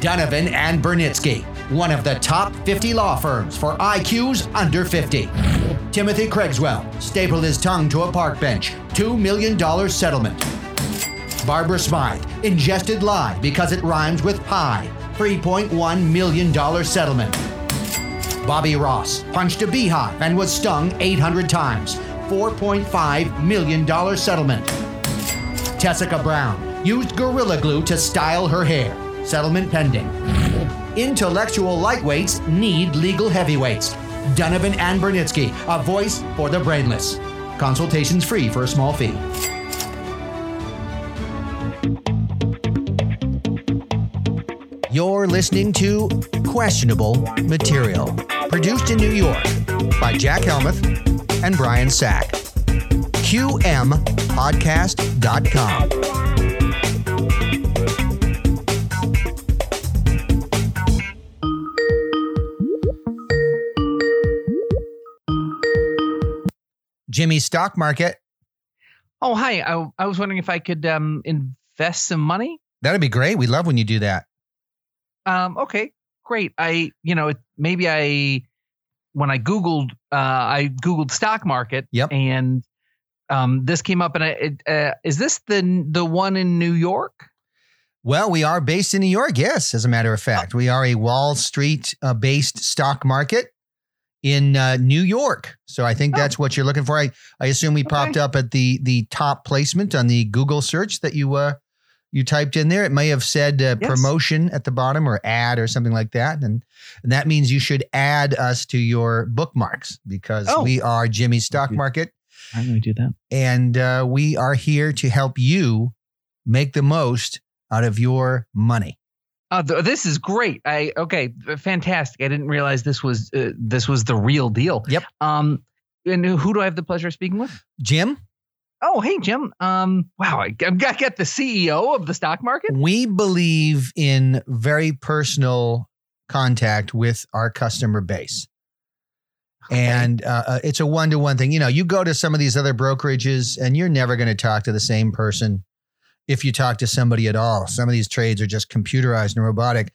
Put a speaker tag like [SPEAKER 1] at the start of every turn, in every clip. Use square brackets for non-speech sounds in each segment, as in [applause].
[SPEAKER 1] Donovan and Bernitsky, one of the top 50 law firms for IQs under 50. Timothy Craigswell stapled his tongue to a park bench, $2 million settlement. Barbara Smythe ingested lie because it rhymes with pie, $3.1 million settlement. Bobby Ross punched a beehive and was stung 800 times, $4.5 million settlement. Tessica Brown used Gorilla Glue to style her hair, settlement pending. Intellectual lightweights need legal heavyweights. Donovan and Bernitsky, a voice for the brainless. Consultations free for a small fee. You're listening to Questionable Material, produced in New York by Jack Helmuth and Brian Sack. QMPodcast.com. Jimmy's stock market.
[SPEAKER 2] Oh, hi. I, I was wondering if I could um, invest some money.
[SPEAKER 1] That'd be great. We love when you do that.
[SPEAKER 2] Um, okay, great. I, you know, it, maybe I, when I Googled, uh, I Googled stock market.
[SPEAKER 1] Yep.
[SPEAKER 2] And um, this came up, and I, it, uh, is this the the one in New York?
[SPEAKER 1] Well, we are based in New York, yes, as a matter
[SPEAKER 2] Oh.
[SPEAKER 1] of fact. We are a Wall Street uh, based stock market in uh, New York. So I think
[SPEAKER 2] Oh.
[SPEAKER 1] that's what you're looking for. I, I assume we popped up at the the top placement on the Google search that you uh, you typed in there. It may have said uh,
[SPEAKER 2] Yes.
[SPEAKER 1] promotion at the bottom or ad or something like that. And, and that means you should add us to your bookmarks because
[SPEAKER 2] Oh.
[SPEAKER 1] we are Jimmy's Stock
[SPEAKER 2] Mhm.
[SPEAKER 1] Market
[SPEAKER 2] I'm gonna do that.
[SPEAKER 1] and uh, we are here to help you make the most out of your money.
[SPEAKER 2] Uh, th- this is great. I okay, fantastic. I didn't realize this was uh, this was the real deal.
[SPEAKER 1] Yep.
[SPEAKER 2] Um, and who do I have the pleasure of speaking with?
[SPEAKER 1] Jim,
[SPEAKER 2] Oh, hey Jim. Um, wow, I, I got the CEO of the stock market.
[SPEAKER 1] we believe in very personal contact with our customer base. And uh, uh, it's a one to one thing. You know, you go to some of these other brokerages and you're never going to talk to the same person if you talk to somebody at all. Some of these trades are just computerized and robotic.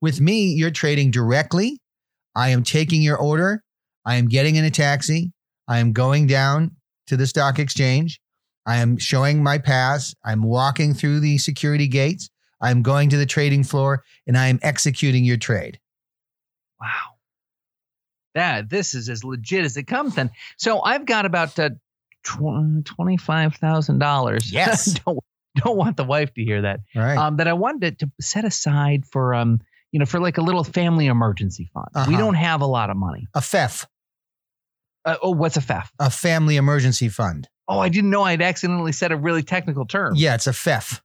[SPEAKER 1] With me, you're trading directly. I am taking your order. I am getting in a taxi. I am going down to the stock exchange. I am showing my pass. I'm walking through the security gates. I'm going to the trading floor and I am executing your trade.
[SPEAKER 2] Wow. That this is as legit as it comes then. So I've got about uh, tw- [laughs] $25,000.
[SPEAKER 1] Yes.
[SPEAKER 2] don't, don't want the wife to hear that.
[SPEAKER 1] All right.
[SPEAKER 2] Um, that I wanted to set aside for, um, you know, for like a little family emergency fund. We
[SPEAKER 1] Uh-huh.
[SPEAKER 2] don't have a lot of money.
[SPEAKER 1] a FEF,
[SPEAKER 2] Uh, oh, what's a FEF?
[SPEAKER 1] a family emergency fund.
[SPEAKER 2] Oh, I didn't know I'd accidentally said a really technical term.
[SPEAKER 1] Yeah, it's a E FEF.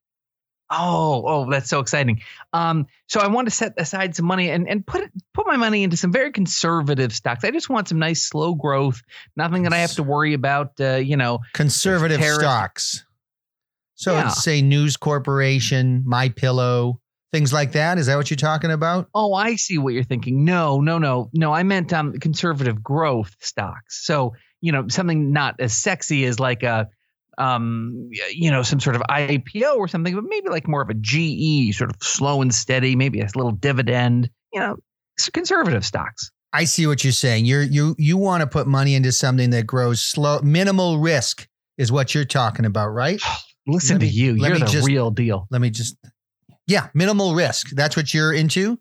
[SPEAKER 2] Oh, oh, that's so exciting. Um, so I want to set aside some money and, and put it, put my money into some very conservative stocks. I just want some nice slow growth, nothing that I have to worry about. Uh, you know,
[SPEAKER 1] Conservative
[SPEAKER 2] Terror-
[SPEAKER 1] stocks. So
[SPEAKER 2] Yeah.
[SPEAKER 1] say News Corporation, My Pillow, things like that. Is that what you're talking about?
[SPEAKER 2] oh, I see what you're thinking. No, no, no, no. I meant um conservative growth stocks. So you know, something not as sexy as like a um y- you know some sort of IPO or something, but maybe like more of a GE, sort of slow and steady, maybe a little dividend. You know, s- conservative stocks.
[SPEAKER 1] I see what you're saying. You're you you want to put money into something that grows slow, minimal risk is what you're talking about, right?
[SPEAKER 2] Listen
[SPEAKER 1] Let
[SPEAKER 2] to
[SPEAKER 1] me-
[SPEAKER 2] you.
[SPEAKER 1] let
[SPEAKER 2] You're
[SPEAKER 1] me
[SPEAKER 2] the
[SPEAKER 1] just-
[SPEAKER 2] real deal.
[SPEAKER 1] Let me just Yeah, minimal risk. That's what you're into?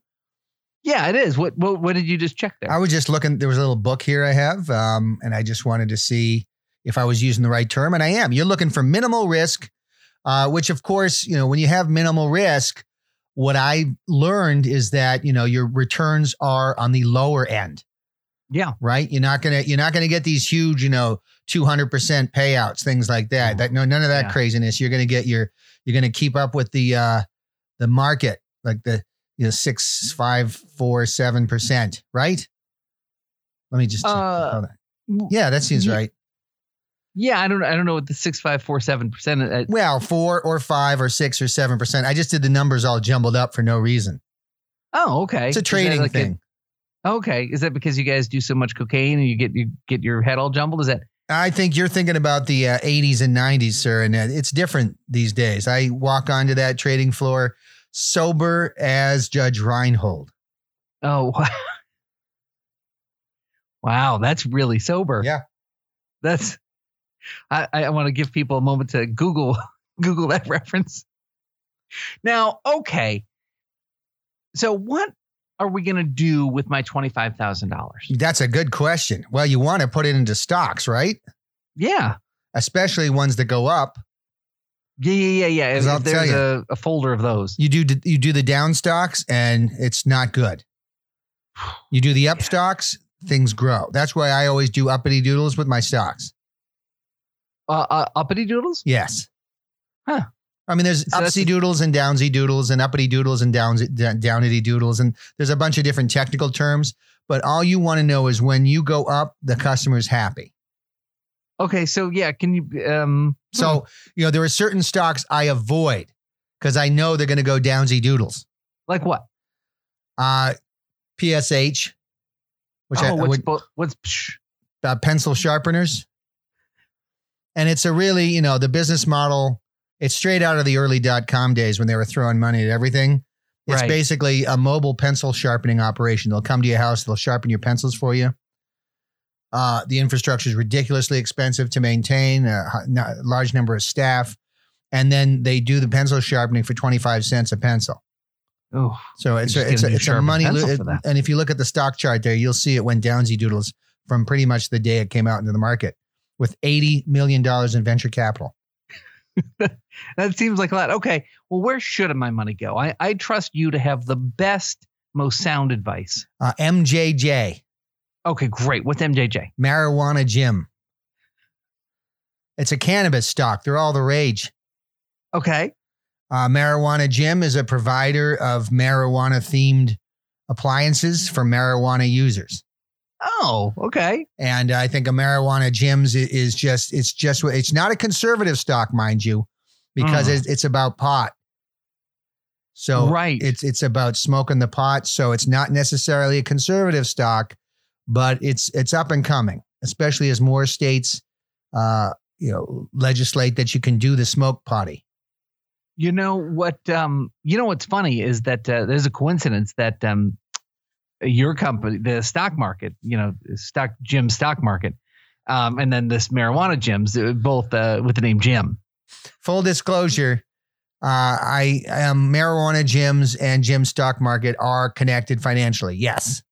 [SPEAKER 2] Yeah, it is. What what, what did you just check there?
[SPEAKER 1] I was just looking. There was a little book here I have, um, and I just wanted to see if I was using the right term, and I am. You're looking for minimal risk, uh, which, of course, you know when you have minimal risk. What I learned is that you know your returns are on the lower end,
[SPEAKER 2] yeah.
[SPEAKER 1] right? You're not gonna you're not gonna get these huge, you know, two hundred percent payouts, things like that.
[SPEAKER 2] Mm.
[SPEAKER 1] That no, none of that
[SPEAKER 2] Yeah.
[SPEAKER 1] craziness. You're gonna get your you're gonna keep up with the uh, the market, like the you know six, five, four, seven percent, right? Let me just check.
[SPEAKER 2] Uh,
[SPEAKER 1] Hold on. Yeah, that seems
[SPEAKER 2] Ye-
[SPEAKER 1] right.
[SPEAKER 2] Yeah, I don't I don't know what the six five four seven percent. uh,
[SPEAKER 1] Well, four or five or six or seven percent. I just did the numbers all jumbled up for no reason.
[SPEAKER 2] Oh,
[SPEAKER 1] It's a
[SPEAKER 2] okay. Is that
[SPEAKER 1] trading
[SPEAKER 2] like a-
[SPEAKER 1] thing.
[SPEAKER 2] okay, is that because you guys do so much cocaine and you get you get your head all jumbled? Is that
[SPEAKER 1] I think you're thinking about the uh, 80s and 90s, sir, and uh, it's different these days. I walk onto that trading floor sober as Judge Reinhold.
[SPEAKER 2] Oh, [laughs] wow. wow, that's really sober.
[SPEAKER 1] Yeah.
[SPEAKER 2] That's. I, I want to give people a moment to Google [laughs] Google that reference. Now, okay. So what are we going to do with my twenty five thousand dollars?
[SPEAKER 1] That's a good question. Well, you want to put it into stocks, right?
[SPEAKER 2] Yeah.
[SPEAKER 1] Especially ones that go up.
[SPEAKER 2] Yeah, yeah, yeah, yeah.
[SPEAKER 1] 'Cause
[SPEAKER 2] If-
[SPEAKER 1] I'll
[SPEAKER 2] if
[SPEAKER 1] tell
[SPEAKER 2] there's
[SPEAKER 1] you.
[SPEAKER 2] a, a folder of those.
[SPEAKER 1] You do you do the down stocks, and it's not good. You do the up
[SPEAKER 2] Yeah.
[SPEAKER 1] stocks, things grow. That's why I always do uppity doodles with my stocks.
[SPEAKER 2] Uh, uh, uppity doodles?
[SPEAKER 1] Yes.
[SPEAKER 2] Huh.
[SPEAKER 1] I mean, there's
[SPEAKER 2] So that's
[SPEAKER 1] upsy
[SPEAKER 2] the-
[SPEAKER 1] doodles and downsy doodles and uppity doodles and downs downity doodles and there's a bunch of different technical terms. But all you want to know is when you go up, the customer's happy.
[SPEAKER 2] Okay, so yeah, can you um
[SPEAKER 1] So you know there are certain stocks I avoid because I know they're going to go downsy doodles.
[SPEAKER 2] like what?
[SPEAKER 1] Uh, PSH, which I,
[SPEAKER 2] oh,
[SPEAKER 1] I
[SPEAKER 2] what's
[SPEAKER 1] would,
[SPEAKER 2] bo- what's psh,
[SPEAKER 1] uh, pencil sharpeners. And it's a really, you know, the business model, it's straight out of the early dot com days when they were throwing money at everything. It's
[SPEAKER 2] Right.
[SPEAKER 1] basically a mobile pencil sharpening operation. They'll come to your house, they'll sharpen your pencils for you. Uh, the infrastructure is ridiculously expensive to maintain, a h- n- large number of staff. And then they do the pencil sharpening for 25 cents a pencil.
[SPEAKER 2] oh
[SPEAKER 1] So it's
[SPEAKER 2] just
[SPEAKER 1] a, it's a,
[SPEAKER 2] give them
[SPEAKER 1] it's a
[SPEAKER 2] sharpened
[SPEAKER 1] money,
[SPEAKER 2] pencil
[SPEAKER 1] lo-
[SPEAKER 2] for that.
[SPEAKER 1] and if you look at the stock chart there, you'll see it went downsy doodles from pretty much the day it came out into the market with eighty million dollars in venture capital.
[SPEAKER 2] that seems like a lot. Okay, well where should my money go? I I trust you to have the best, most sound advice.
[SPEAKER 1] Uh, MJJ
[SPEAKER 2] Okay, great. What's MJJ?
[SPEAKER 1] marijuana gym. It's a cannabis stock. They're all the rage.
[SPEAKER 2] Okay,
[SPEAKER 1] Uh, marijuana Gym is a provider of marijuana themed appliances for marijuana users.
[SPEAKER 2] oh okay,
[SPEAKER 1] And I think a marijuana gyms i- is just it's just what- it's not a conservative stock, mind you, because
[SPEAKER 2] Mm.
[SPEAKER 1] it's, it's about pot. So
[SPEAKER 2] right.
[SPEAKER 1] it's it's about smoking the pot. So it's not necessarily a conservative stock, but it's it's up and coming, especially as more states, uh, you know, legislate that you can do the smoke potty.
[SPEAKER 2] You know what? Um, you know what's funny is that uh, there's a coincidence that um, your company, the stock market, you know, stock Jim stock market, um, and then this marijuana gyms, uh, both uh, with the name Jim.
[SPEAKER 1] Full disclosure. Uh, I am marijuana gyms and gym stock market are connected financially. Yes.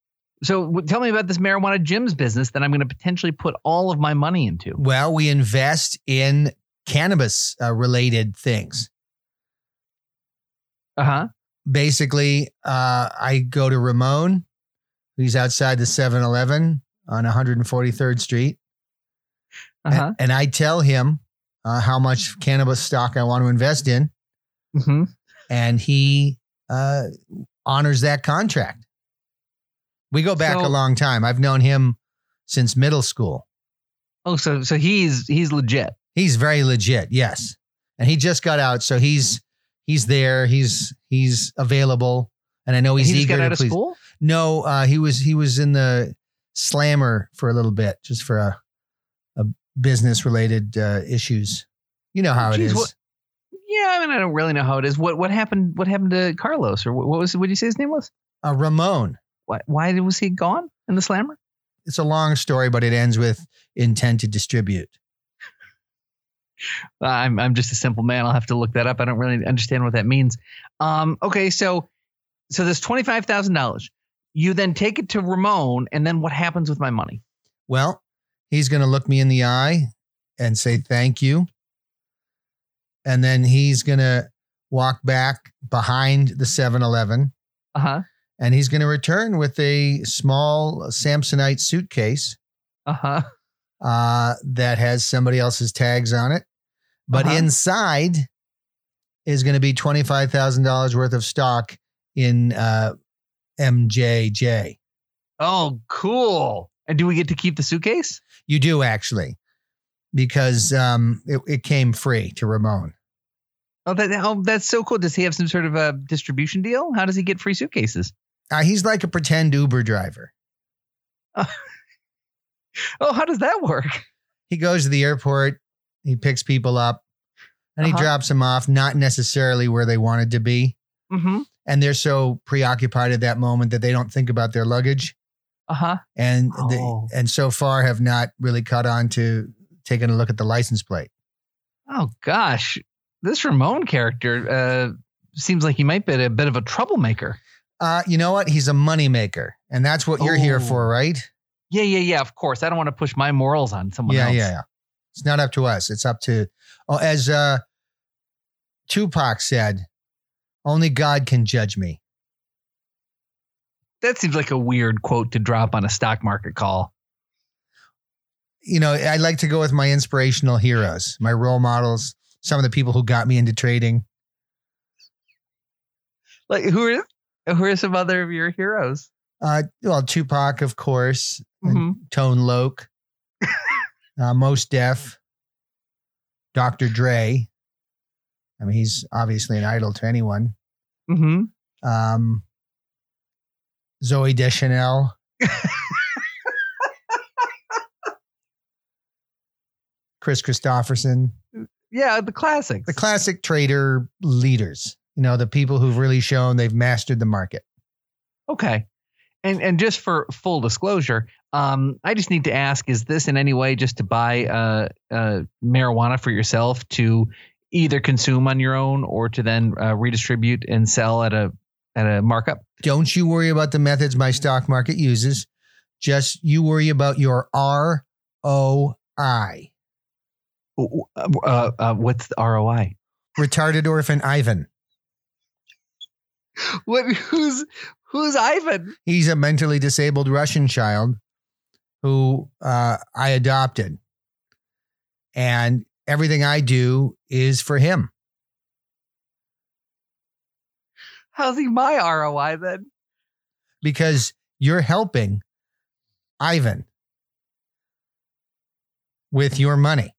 [SPEAKER 2] So w- tell me about this marijuana gyms business that I'm going to potentially put all of my money into.
[SPEAKER 1] Well, we invest in cannabis uh, related things.
[SPEAKER 2] Uh huh.
[SPEAKER 1] Basically, uh, I go to Ramon, who's outside the 7 Eleven on 143rd Street,
[SPEAKER 2] Uh huh.
[SPEAKER 1] and, and I tell him uh, how much cannabis stock I want to invest in, Eh.
[SPEAKER 2] hmm
[SPEAKER 1] and he uh, honors that contract. We go back
[SPEAKER 2] So-
[SPEAKER 1] a long time. I've known him since middle school.
[SPEAKER 2] Oh, so so he's he's legit.
[SPEAKER 1] He's very legit, yes. And he just got out, so he's he's there. He's he's available, and I know he's
[SPEAKER 2] he just
[SPEAKER 1] eager
[SPEAKER 2] got out
[SPEAKER 1] to
[SPEAKER 2] of
[SPEAKER 1] please.
[SPEAKER 2] school.
[SPEAKER 1] No, uh, he was he was in the slammer for a little bit, just for a a business related uh, issues. You know how it
[SPEAKER 2] Jeez,
[SPEAKER 1] is.
[SPEAKER 2] what- Yeah, I mean, I don't really know how it is. What what happened? What happened to Carlos? Or what, what was? What did you say his name was?
[SPEAKER 1] uh, Ramon.
[SPEAKER 2] Why why was he gone in the slammer?
[SPEAKER 1] It's a long story, but it ends with intent to distribute.
[SPEAKER 2] Uh, I'm I'm just a simple man. I'll have to look that up. I don't really understand what that means. Um, okay, so so this twenty five thousand dollars. You then take it to Ramon, and then what happens with my money?
[SPEAKER 1] Well, he's going to look me in the eye and say thank you. And then he's going to walk back behind the 7 Eleven
[SPEAKER 2] Uh huh.
[SPEAKER 1] and he's going to return with a small Samsonite suitcase
[SPEAKER 2] Uh huh.
[SPEAKER 1] uh, that has somebody else's tags on it. But
[SPEAKER 2] Uh-huh.
[SPEAKER 1] inside is going to be $25,000 worth of stock in uh, MJJ.
[SPEAKER 2] Oh, cool. And do we get to keep the suitcase?
[SPEAKER 1] You do actually, because um, it, it came free to Ramon.
[SPEAKER 2] Oh, that oh, that's so cool. Does he have some sort of a distribution deal? How does he get free suitcases?
[SPEAKER 1] Uh, he's like a pretend Uber driver.
[SPEAKER 2] Oh, how does that work?
[SPEAKER 1] He goes to the airport, he picks people up, and he
[SPEAKER 2] Uh-huh.
[SPEAKER 1] drops them off, not necessarily where they wanted to be.
[SPEAKER 2] Mm-hmm.
[SPEAKER 1] and they're so preoccupied at that moment that they don't think about their luggage
[SPEAKER 2] Uh huh.
[SPEAKER 1] and
[SPEAKER 2] Oh.
[SPEAKER 1] they, and so far have not really caught on to taking a look at the license plate.
[SPEAKER 2] Oh gosh, this Ramon character uh, seems like he might be a bit of a troublemaker.
[SPEAKER 1] Uh, you know what? He's a moneymaker, and that's what you're here
[SPEAKER 2] Oh.
[SPEAKER 1] for, right?
[SPEAKER 2] Yeah, yeah, yeah. Of course, I don't want to push my morals on someone
[SPEAKER 1] yeah,
[SPEAKER 2] else.
[SPEAKER 1] yeah, yeah. It's not up to us. It's up to, oh, as uh, Tupac said, only God can judge me.
[SPEAKER 2] That seems like a weird quote to drop on a stock market call.
[SPEAKER 1] You know, I like to go with my inspirational heroes, my role models, some of the people who got me into trading.
[SPEAKER 2] Like who are who are some other of your heroes?
[SPEAKER 1] Uh, well, Tupac, of course,
[SPEAKER 2] Mhm.
[SPEAKER 1] Tone Loc, uh, Most Def, Dr. Dre. I mean, he's obviously an idol to anyone.
[SPEAKER 2] Mm-hmm.
[SPEAKER 1] Um, Zoe Deschanel. Chris Christopherson,
[SPEAKER 2] Yeah, the classics.
[SPEAKER 1] the classic trader leaders, you know, the people who've really shown they've mastered the market.
[SPEAKER 2] Okay. And and just for full disclosure, um, I just need to ask: Is this in any way just to buy uh, uh, marijuana for yourself to either consume on your own or to then uh, redistribute and sell at a at a markup?
[SPEAKER 1] Don't you worry about the methods my stock market uses. Just you worry about your ROI.
[SPEAKER 2] Uh, uh, uh, what's the ROI?
[SPEAKER 1] retarded orphan Ivan.
[SPEAKER 2] What? Who's who's Ivan?
[SPEAKER 1] He's a mentally disabled Russian child who uh, I adopted. And everything I do is for him.
[SPEAKER 2] How's he my ROI then?
[SPEAKER 1] because you're helping Ivan with your money.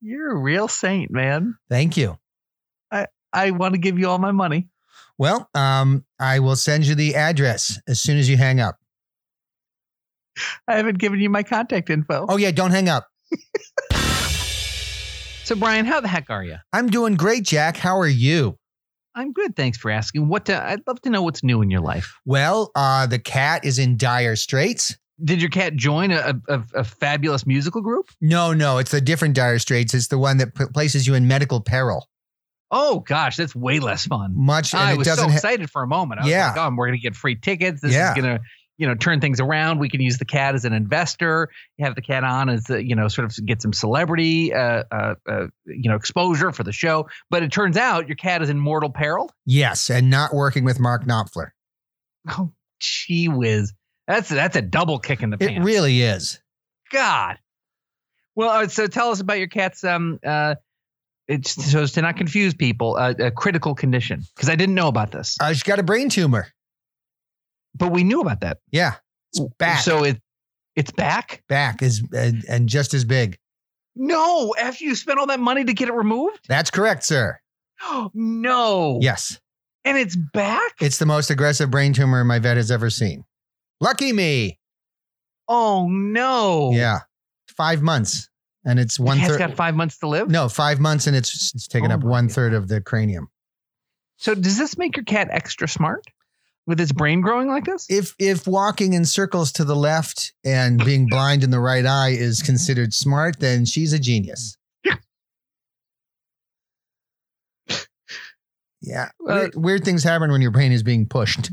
[SPEAKER 2] You're a real saint, man.
[SPEAKER 1] Thank you.
[SPEAKER 2] I want to give you all my money.
[SPEAKER 1] Well, um, I will send you the address as soon as you hang up.
[SPEAKER 2] I haven't given you my contact info.
[SPEAKER 1] Oh, yeah, don't hang up.
[SPEAKER 2] So, Brian, how the heck are you?
[SPEAKER 1] I'm doing great, Jack. How are you?
[SPEAKER 2] I'm good. Thanks for asking. What uh I'd love to know what's new in your life.
[SPEAKER 1] Well, uh, the cat is in dire straits.
[SPEAKER 2] Did your cat join a, a, a fabulous musical group?
[SPEAKER 1] No, no, it's a different dire straits. It's the one that p- places you in medical peril.
[SPEAKER 2] Oh gosh, that's way less fun.
[SPEAKER 1] Much, and
[SPEAKER 2] I
[SPEAKER 1] it
[SPEAKER 2] was so
[SPEAKER 1] doesn't. ha-
[SPEAKER 2] excited for a moment. I was
[SPEAKER 1] Yeah.
[SPEAKER 2] like, oh, we're gonna get free tickets. This
[SPEAKER 1] Yeah.
[SPEAKER 2] is gonna, you know, turn things around. We can use the cat as an investor. Have the cat on as the, you know, sort of get some celebrity, uh, uh, uh, you know, exposure for the show. But it turns out your cat is in mortal peril.
[SPEAKER 1] yes, and not working with Mark Knopfler.
[SPEAKER 2] Oh, gee whiz, that's that's a double kick in the
[SPEAKER 1] It
[SPEAKER 2] pants.
[SPEAKER 1] really is.
[SPEAKER 2] God. Well, all right, so tell us about your cat's um uh it's so as to not confuse people, uh, a critical condition because I didn't know about this,
[SPEAKER 1] Uh, she's got a brain tumor.
[SPEAKER 2] but we knew about that.
[SPEAKER 1] Yeah, it's back.
[SPEAKER 2] So it it's back?
[SPEAKER 1] back is and, and just as big.
[SPEAKER 2] No, after you spent all that money to get it removed? [gasps]
[SPEAKER 1] That's correct, sir.
[SPEAKER 2] no.
[SPEAKER 1] Yes,
[SPEAKER 2] And it's back?
[SPEAKER 1] it's the most aggressive brain tumor my vet has ever seen. Lucky me.
[SPEAKER 2] oh no.
[SPEAKER 1] Yeah, five months, and it's one
[SPEAKER 2] One cat's
[SPEAKER 1] third.
[SPEAKER 2] got 5 months to live?
[SPEAKER 1] no, five months, and it's it's taken
[SPEAKER 2] Oh
[SPEAKER 1] up
[SPEAKER 2] my
[SPEAKER 1] one
[SPEAKER 2] God.
[SPEAKER 1] third of the cranium.
[SPEAKER 2] So does this make your cat extra smart with its brain growing like this?
[SPEAKER 1] If if walking in circles to the left and being blind in the right eye is considered smart, then she's a genius. Yeah,
[SPEAKER 2] Well-
[SPEAKER 1] weird, weird things happen when your brain is being pushed.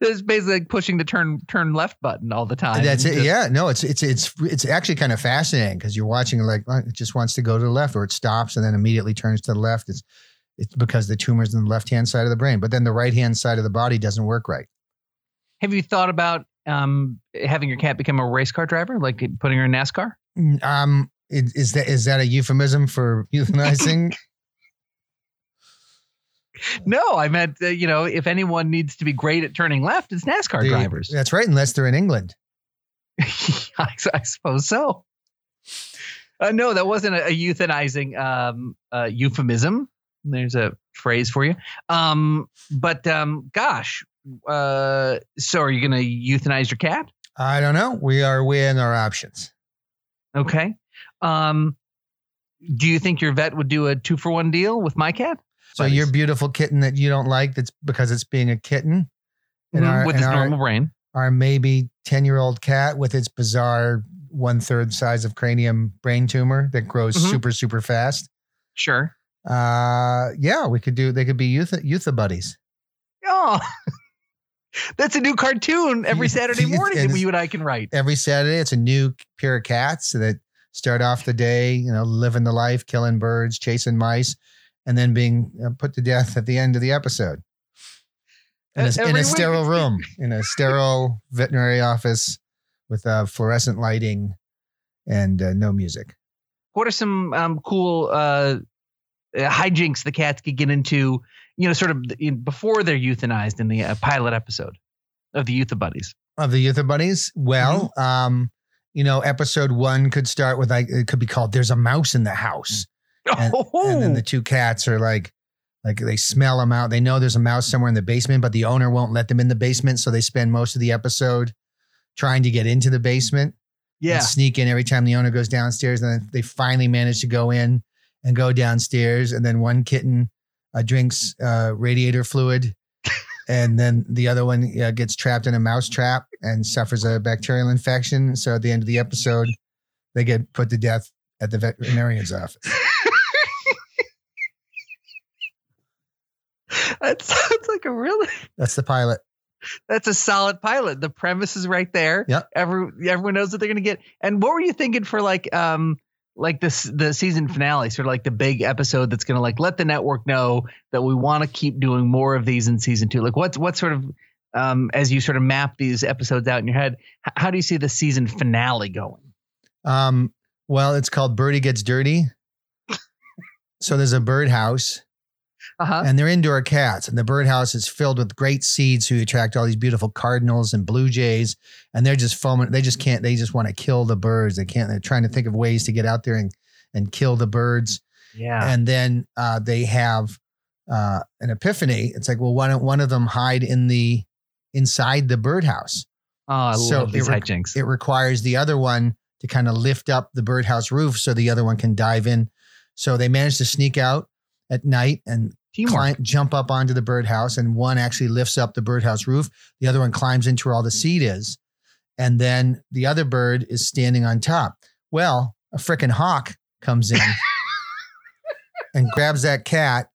[SPEAKER 2] it's basically like pushing the turn turn left button all the time.
[SPEAKER 1] That's
[SPEAKER 2] and
[SPEAKER 1] it.
[SPEAKER 2] just-
[SPEAKER 1] Yeah. No, it's it's it's it's actually kind of fascinating because you're watching like oh, it just wants to go to the left, or it stops and then immediately turns to the left. It's it's because the tumor's in the left hand side of the brain, but then the right hand side of the body doesn't work right.
[SPEAKER 2] Have you thought about um, having your cat become a race car driver, like putting her in NASCAR?
[SPEAKER 1] Mm, Um, is, is that is that a euphemism for [laughs]
[SPEAKER 2] [laughs]
[SPEAKER 1] euthanizing?
[SPEAKER 2] No, I meant uh, you know if anyone needs to be great at turning left, it's NASCAR
[SPEAKER 1] The-
[SPEAKER 2] drivers.
[SPEAKER 1] That's right, unless they're in England.
[SPEAKER 2] [laughs] I, s- I suppose so. Uh, no, that wasn't a, a euthanizing um, uh, euphemism. There's a phrase for you. Um, but um, gosh, uh, so are you going to euthanize your cat?
[SPEAKER 1] I don't know. We are weighing our options.
[SPEAKER 2] Okay. Um, do you think your vet would do a two for one deal with my cat?
[SPEAKER 1] So your beautiful kitten that you don't like, that's because it's being a kitten, and
[SPEAKER 2] Mhm,
[SPEAKER 1] our-
[SPEAKER 2] with
[SPEAKER 1] and
[SPEAKER 2] his
[SPEAKER 1] our-
[SPEAKER 2] normal brain.
[SPEAKER 1] our maybe 10 year old cat with its bizarre one third size of cranium brain tumor that grows
[SPEAKER 2] Mhm.
[SPEAKER 1] super, super fast.
[SPEAKER 2] Sure.
[SPEAKER 1] Uh, yeah, we could do, they could be youth, youth buddies.
[SPEAKER 2] Oh, [laughs] that's a new cartoon every
[SPEAKER 1] Yeah, [laughs]
[SPEAKER 2] Saturday
[SPEAKER 1] it's-
[SPEAKER 2] morning that
[SPEAKER 1] it's-
[SPEAKER 2] you and I can write.
[SPEAKER 1] Every Saturday, it's a new pair of cats that start off the day, you know, living the life, killing birds, chasing mice, and then being uh, put to death at the end of the episode. In a,
[SPEAKER 2] E-
[SPEAKER 1] in
[SPEAKER 2] every
[SPEAKER 1] a
[SPEAKER 2] week. [laughs]
[SPEAKER 1] sterile room, in a sterile veterinary office with uh, fluorescent lighting and uh, no music.
[SPEAKER 2] What are some um, cool uh, uh, hijinks the cats could get into? You know, sort of in, before they're euthanized in the uh, pilot episode of the Youth of Buddies. [laughs]
[SPEAKER 1] of the Youth of Buddies? Well, um, you know, episode one could start with like it could be called "There's a mouse in the house,"
[SPEAKER 2] oh,
[SPEAKER 1] and then the two cats are like, like they smell them out. They know there's a mouse somewhere in the basement, but the owner won't let them in the basement, so they spend most of the episode trying to get into the basement
[SPEAKER 2] yeah.
[SPEAKER 1] and sneak in every time the owner goes downstairs. And then they finally manage to go in and go downstairs. And then one kitten uh, drinks uh, radiator fluid. And then the other one uh, gets trapped in a mouse trap and suffers a bacterial infection. So at the end of the episode, they get put to death at the veterinarian's office.
[SPEAKER 2] That sounds like a really
[SPEAKER 1] That's the pilot.
[SPEAKER 2] that's a solid pilot. The premise is right there.
[SPEAKER 1] Yep.
[SPEAKER 2] Every everyone knows what they're gonna get. And what were you thinking for like um like this the season finale, sort of like the big episode that's gonna like let the network know that we want to keep doing more of these in season two. Like what's what sort of um as you sort of map these episodes out in your head, h- how do you see the season finale going?
[SPEAKER 1] Um, well, it's called Birdie Gets Dirty. So there's a birdhouse
[SPEAKER 2] Uh-huh.
[SPEAKER 1] and they're indoor cats. And the birdhouse is filled with great seeds who attract all these beautiful cardinals and blue jays. And they're just foaming. They just can't. They just want to kill the birds. They can't. They're trying to think of ways to get out there and and kill the birds.
[SPEAKER 2] Yeah.
[SPEAKER 1] And then uh, they have uh, an epiphany. It's like, well, why don't one of them hide in the inside the birdhouse?
[SPEAKER 2] Oh, I
[SPEAKER 1] so
[SPEAKER 2] love these
[SPEAKER 1] it rec-
[SPEAKER 2] hijinks.
[SPEAKER 1] It requires the other one to kind of lift up the birdhouse roof so the other one can dive in. So they manage to sneak out at night and
[SPEAKER 2] Teamwork.
[SPEAKER 1] climb, jump up onto the birdhouse, and one actually lifts up the birdhouse roof. The other one climbs into where all the seed is, and then the other bird is standing on top. Well, a frickin' hawk comes in and grabs that cat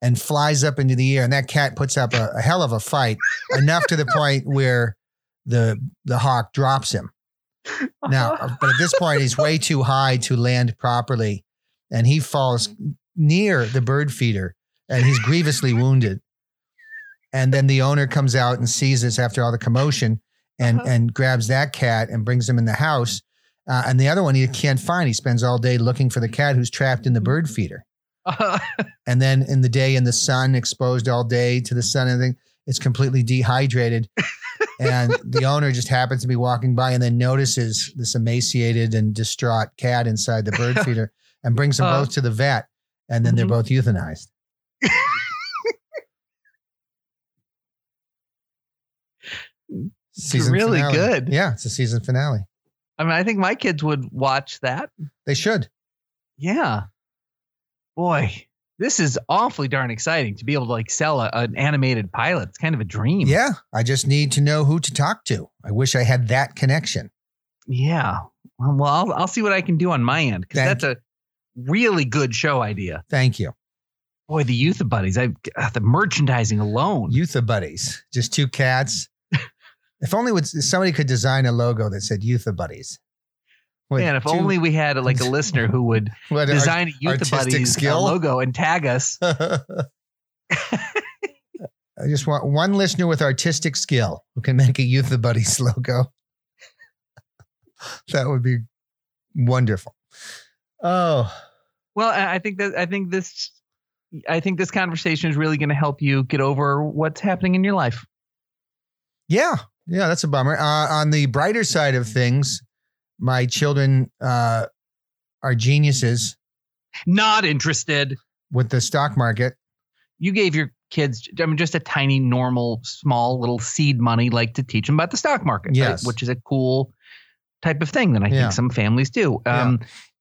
[SPEAKER 1] and flies up into the air, and that cat puts up a, a hell of a fight, enough to the point where the the hawk drops him. Now, but at this point, he's way too high to land properly, and he falls near the bird feeder, and he's grievously wounded. And then the owner comes out and sees this after all the commotion, and
[SPEAKER 2] Uh-huh.
[SPEAKER 1] and grabs that cat and brings him in the house. Uh, and the other one he can't find. He spends all day looking for the cat who's trapped in the bird feeder. And then in the day in the sun, exposed all day to the sun and everything, it's completely dehydrated.
[SPEAKER 2] [laughs]
[SPEAKER 1] and the owner just happens to be walking by and then notices this emaciated and distraught cat inside the
[SPEAKER 2] [laughs]
[SPEAKER 1] bird feeder and brings them
[SPEAKER 2] Uh.
[SPEAKER 1] both to the vet. And then they're
[SPEAKER 2] Mhm.
[SPEAKER 1] both euthanized. season
[SPEAKER 2] really
[SPEAKER 1] finale.
[SPEAKER 2] good.
[SPEAKER 1] Yeah, it's a season finale.
[SPEAKER 2] [laughs] I mean, I think my kids would watch that.
[SPEAKER 1] They should.
[SPEAKER 2] Yeah. Boy, this is awfully darn exciting to be able to like sell a, an animated pilot. It's kind of a dream.
[SPEAKER 1] Yeah, I just need to know who to talk to. I wish I had that connection.
[SPEAKER 2] Yeah. Um, Well, I'll, I'll see what I can do on my end because
[SPEAKER 1] Thank
[SPEAKER 2] that's a really good show idea.
[SPEAKER 1] Thank you.
[SPEAKER 2] Boy, the youth of buddies. I uh, the merchandising alone.
[SPEAKER 1] Youth of Buddies, just two cats. if only would somebody could design a logo that said Youth of Buddies. With
[SPEAKER 2] Man, if
[SPEAKER 1] two-
[SPEAKER 2] only we had
[SPEAKER 1] [laughs]
[SPEAKER 2] like a listener who would
[SPEAKER 1] what are-
[SPEAKER 2] design [laughs] a youth of
[SPEAKER 1] artistic
[SPEAKER 2] buddies uh,
[SPEAKER 1] skill?
[SPEAKER 2] logo and tag us.
[SPEAKER 1] [laughs] I just want one listener with artistic skill who can make a Youth of Buddies [laughs] logo. that would be wonderful. Oh,
[SPEAKER 2] Well, I I think that I think this I think this conversation is really going to help you get over what's happening in your life.
[SPEAKER 1] Yeah, yeah, that's a bummer. Uh, on the brighter side of things, my children uh, are geniuses
[SPEAKER 2] Not interested.
[SPEAKER 1] with the stock market.
[SPEAKER 2] you gave your kids i mean just a tiny normal small little seed money like to teach them about the stock market right?
[SPEAKER 1] Yes.
[SPEAKER 2] which is a cool type of thing that i
[SPEAKER 1] Yeah.
[SPEAKER 2] think some families do um,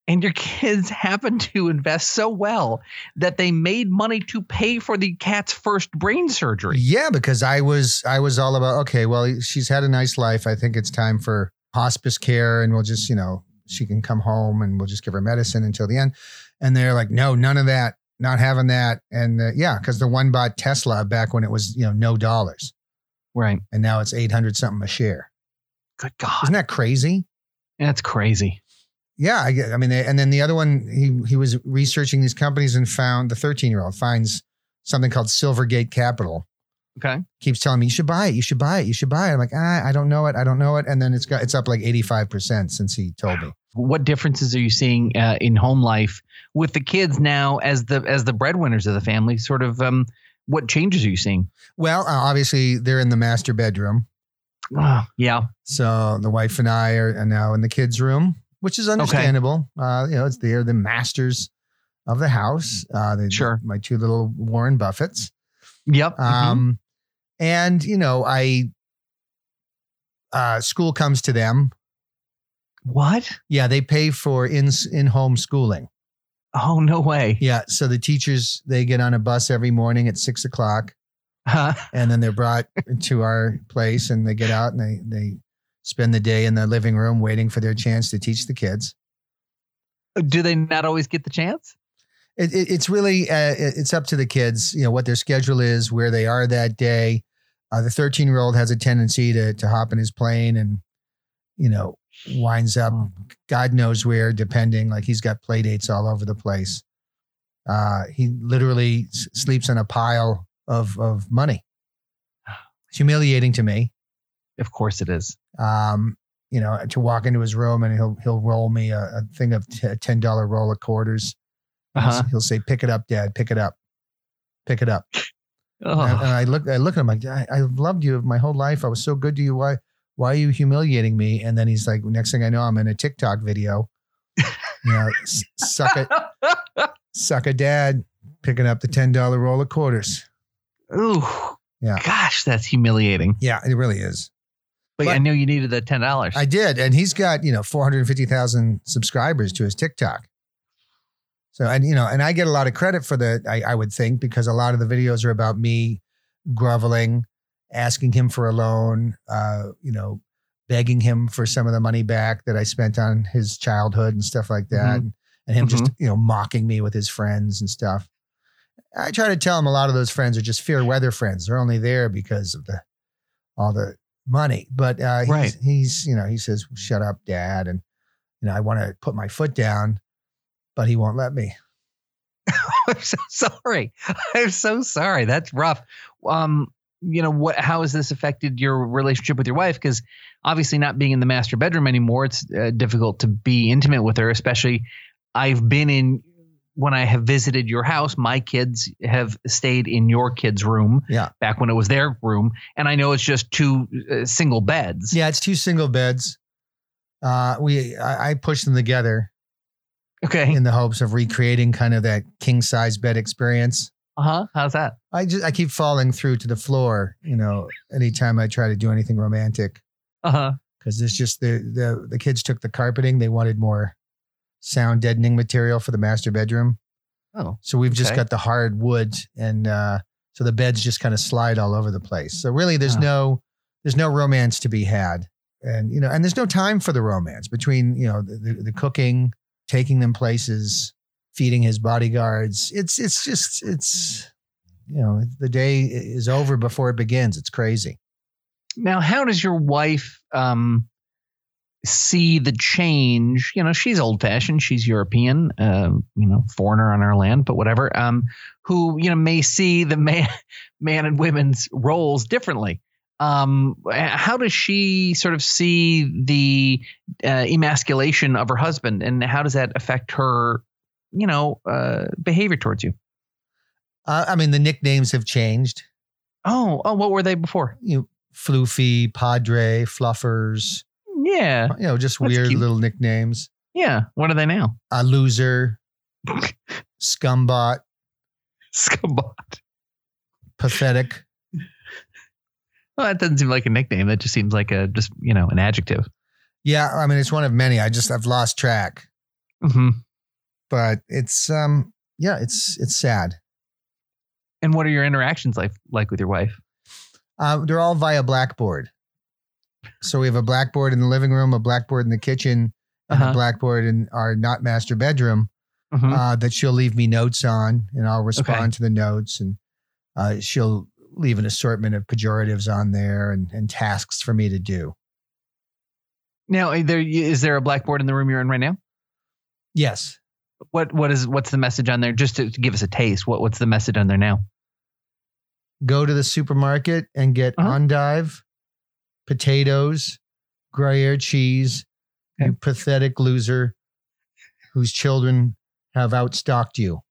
[SPEAKER 2] and your [laughs] kids happened to invest so well that they made money to pay for the cat's first brain surgery.
[SPEAKER 1] Yeah, because I was I was all about okay. Well, she's had a nice life. I think it's time for hospice care, and we'll just you know she can come home, and we'll just give her medicine until the end. And they're like, no, none of that, not having that. And uh, yeah, because the one bought Tesla back when it was you know no dollars,
[SPEAKER 2] Right.
[SPEAKER 1] and now it's eight hundred something a share.
[SPEAKER 2] Good God.
[SPEAKER 1] Isn't that crazy?
[SPEAKER 2] That's crazy.
[SPEAKER 1] Yeah, I, get- I mean, they, and then the other one, he he was researching these companies and found the thirteen year old finds something called Silvergate Capital.
[SPEAKER 2] Okay.
[SPEAKER 1] keeps telling me you should buy it, you should buy it, you should buy it. I'm like, ah, I don't know it, I don't know it, and then it's got it's up like 85 percent since he told me.
[SPEAKER 2] What differences are you seeing uh, in home life with the kids now as the as the breadwinners of the family? Sort of um, what changes are you seeing?
[SPEAKER 1] Well, uh, obviously they're in the master bedroom,
[SPEAKER 2] Ah, yeah.
[SPEAKER 1] so the wife and I are are now in the kids' room, which is understandable. Uh, you know, it's they're the masters of the house. Uh, they,
[SPEAKER 2] Sure.
[SPEAKER 1] my two little Warren Buffets.
[SPEAKER 2] Yep. Mhm.
[SPEAKER 1] Um, and you know, I uh, school comes to them.
[SPEAKER 2] What?
[SPEAKER 1] Yeah, they pay for in in home schooling.
[SPEAKER 2] Oh no way.
[SPEAKER 1] Yeah. So the teachers they get on a bus every morning at six o'clock,
[SPEAKER 2] Huh.
[SPEAKER 1] and then they're brought to our place, and they get out and they they spend the day in the living room waiting for their chance to teach the kids.
[SPEAKER 2] Do they not always get the chance?
[SPEAKER 1] It, it, it's really uh, it- it's up to the kids, you know, what their schedule is, where they are that day. Uh, the thirteen year old has a tendency to to hop in his plane and you know winds up
[SPEAKER 2] Oh.
[SPEAKER 1] God knows where, depending. Like he's got play dates all over the place. Uh, he literally s- sleeps on a pile of of money. It's humiliating to me,
[SPEAKER 2] Of course it is.
[SPEAKER 1] um, you know, to walk into his room and he'll he'll roll me a, a thing of t- a ten dollar roll of quarters.
[SPEAKER 2] Uh-huh.
[SPEAKER 1] He'll say, "Pick it up, Dad. Pick it up. Pick it up." And, and
[SPEAKER 2] Ugh.
[SPEAKER 1] I look, I look at him like, I, I loved you my whole life. I was so good to you. Why, why are you humiliating me? And then he's like, next thing I know, I'm in a TikTok video. you know, s- suck it,
[SPEAKER 2] [laughs]
[SPEAKER 1] suck a dad, picking up the ten dollar roll of quarters.
[SPEAKER 2] Ooh.
[SPEAKER 1] Yeah.
[SPEAKER 2] Gosh, that's humiliating.
[SPEAKER 1] Yeah, it really is.
[SPEAKER 2] But,
[SPEAKER 1] But-
[SPEAKER 2] I knew you needed the ten dollars.
[SPEAKER 1] I did, and he's got you know four hundred fifty thousand subscribers to his TikTok. So and you know, and I get a lot of credit for the I, I would think because a lot of the videos are about me groveling, asking him for a loan, uh, you know, begging him for some of the money back that I spent on his childhood and stuff like that, and him just you know mocking me with his friends and stuff. I try to tell him a lot of those friends are just fair weather friends. They're only there because of the all the money. But uh, he's,
[SPEAKER 2] Right.
[SPEAKER 1] he's you know he says shut up, dad, and you know I want to put my foot down, but he won't let me.
[SPEAKER 2] [laughs] I'm so sorry. I'm so sorry. That's rough. Um, you know what? How has this affected your relationship with your wife? Because obviously, not being in the master bedroom anymore, it's uh, difficult to be intimate with her. Especially, I've been in when I have visited your house. My kids have stayed in your kids' room.
[SPEAKER 1] Yeah.
[SPEAKER 2] Back when it was their room, and I know it's just two uh, single beds.
[SPEAKER 1] Yeah, it's two single beds. Uh, we I, I pushed them together
[SPEAKER 2] Okay.
[SPEAKER 1] in the hopes of recreating kind of that king size bed experience.
[SPEAKER 2] Uh huh. How's that?
[SPEAKER 1] I just I keep falling through to the floor, you know, anytime I try to do anything romantic
[SPEAKER 2] Uh huh.
[SPEAKER 1] because it's just the the the kids took the carpeting. They wanted more sound deadening material for the master bedroom.
[SPEAKER 2] Oh.
[SPEAKER 1] So we've just
[SPEAKER 2] Okay.
[SPEAKER 1] got the hard wood and uh, so the beds just kind of slide all over the place. So really there's
[SPEAKER 2] Huh.
[SPEAKER 1] no there's no romance to be had. And you know, and there's no time for the romance between, you know, the, the, the cooking, taking them places, feeding his bodyguards. It's it's just it's you know, the day is over before it begins. It's crazy.
[SPEAKER 2] Now, how does your wife um, see the change? You know, she's old fashioned. She's European, uh, you know, foreigner on our land, but whatever. Um, who you know may see the [laughs] man, man and women's roles differently. Um, how does she sort of see the uh, emasculation of her husband, and how does that affect her, you know, uh, behavior towards you?
[SPEAKER 1] Uh, I mean, the nicknames have changed.
[SPEAKER 2] Oh, oh, what were they before?
[SPEAKER 1] You know, Floofy, Padre, Fluffers,
[SPEAKER 2] Yeah,
[SPEAKER 1] you know, just
[SPEAKER 2] That's
[SPEAKER 1] weird
[SPEAKER 2] cute.
[SPEAKER 1] little nicknames.
[SPEAKER 2] yeah. What are they now?
[SPEAKER 1] a loser, scumbot,
[SPEAKER 2] [laughs] Scumbag.
[SPEAKER 1] pathetic.
[SPEAKER 2] Well, that doesn't seem like a nickname. That just seems like a just you know an adjective.
[SPEAKER 1] Yeah, I mean it's one of many. I just I've lost track.
[SPEAKER 2] hmm
[SPEAKER 1] But it's um yeah, it's it's sad.
[SPEAKER 2] And what are your interactions like like with your wife?
[SPEAKER 1] Um, they're all via Blackboard. So we have a blackboard in the living room, a blackboard in the kitchen, and
[SPEAKER 2] Uh-huh.
[SPEAKER 1] a blackboard in our not master bedroom.
[SPEAKER 2] Mhm.
[SPEAKER 1] uh, that she'll leave me notes on, and I'll respond
[SPEAKER 2] Okay.
[SPEAKER 1] to the notes, and uh, she'll leave an assortment of pejoratives on there and, and tasks for me to do.
[SPEAKER 2] now, are there is there a blackboard in the room you're in right now?
[SPEAKER 1] Yes,
[SPEAKER 2] What what is what's the message on there? Just to, to give us a taste. What what's the message on there now?
[SPEAKER 1] go to the supermarket and get
[SPEAKER 2] Uh-huh.
[SPEAKER 1] endive, potatoes, Gruyere cheese. You
[SPEAKER 2] Okay.
[SPEAKER 1] pathetic loser, whose children have outstocked you.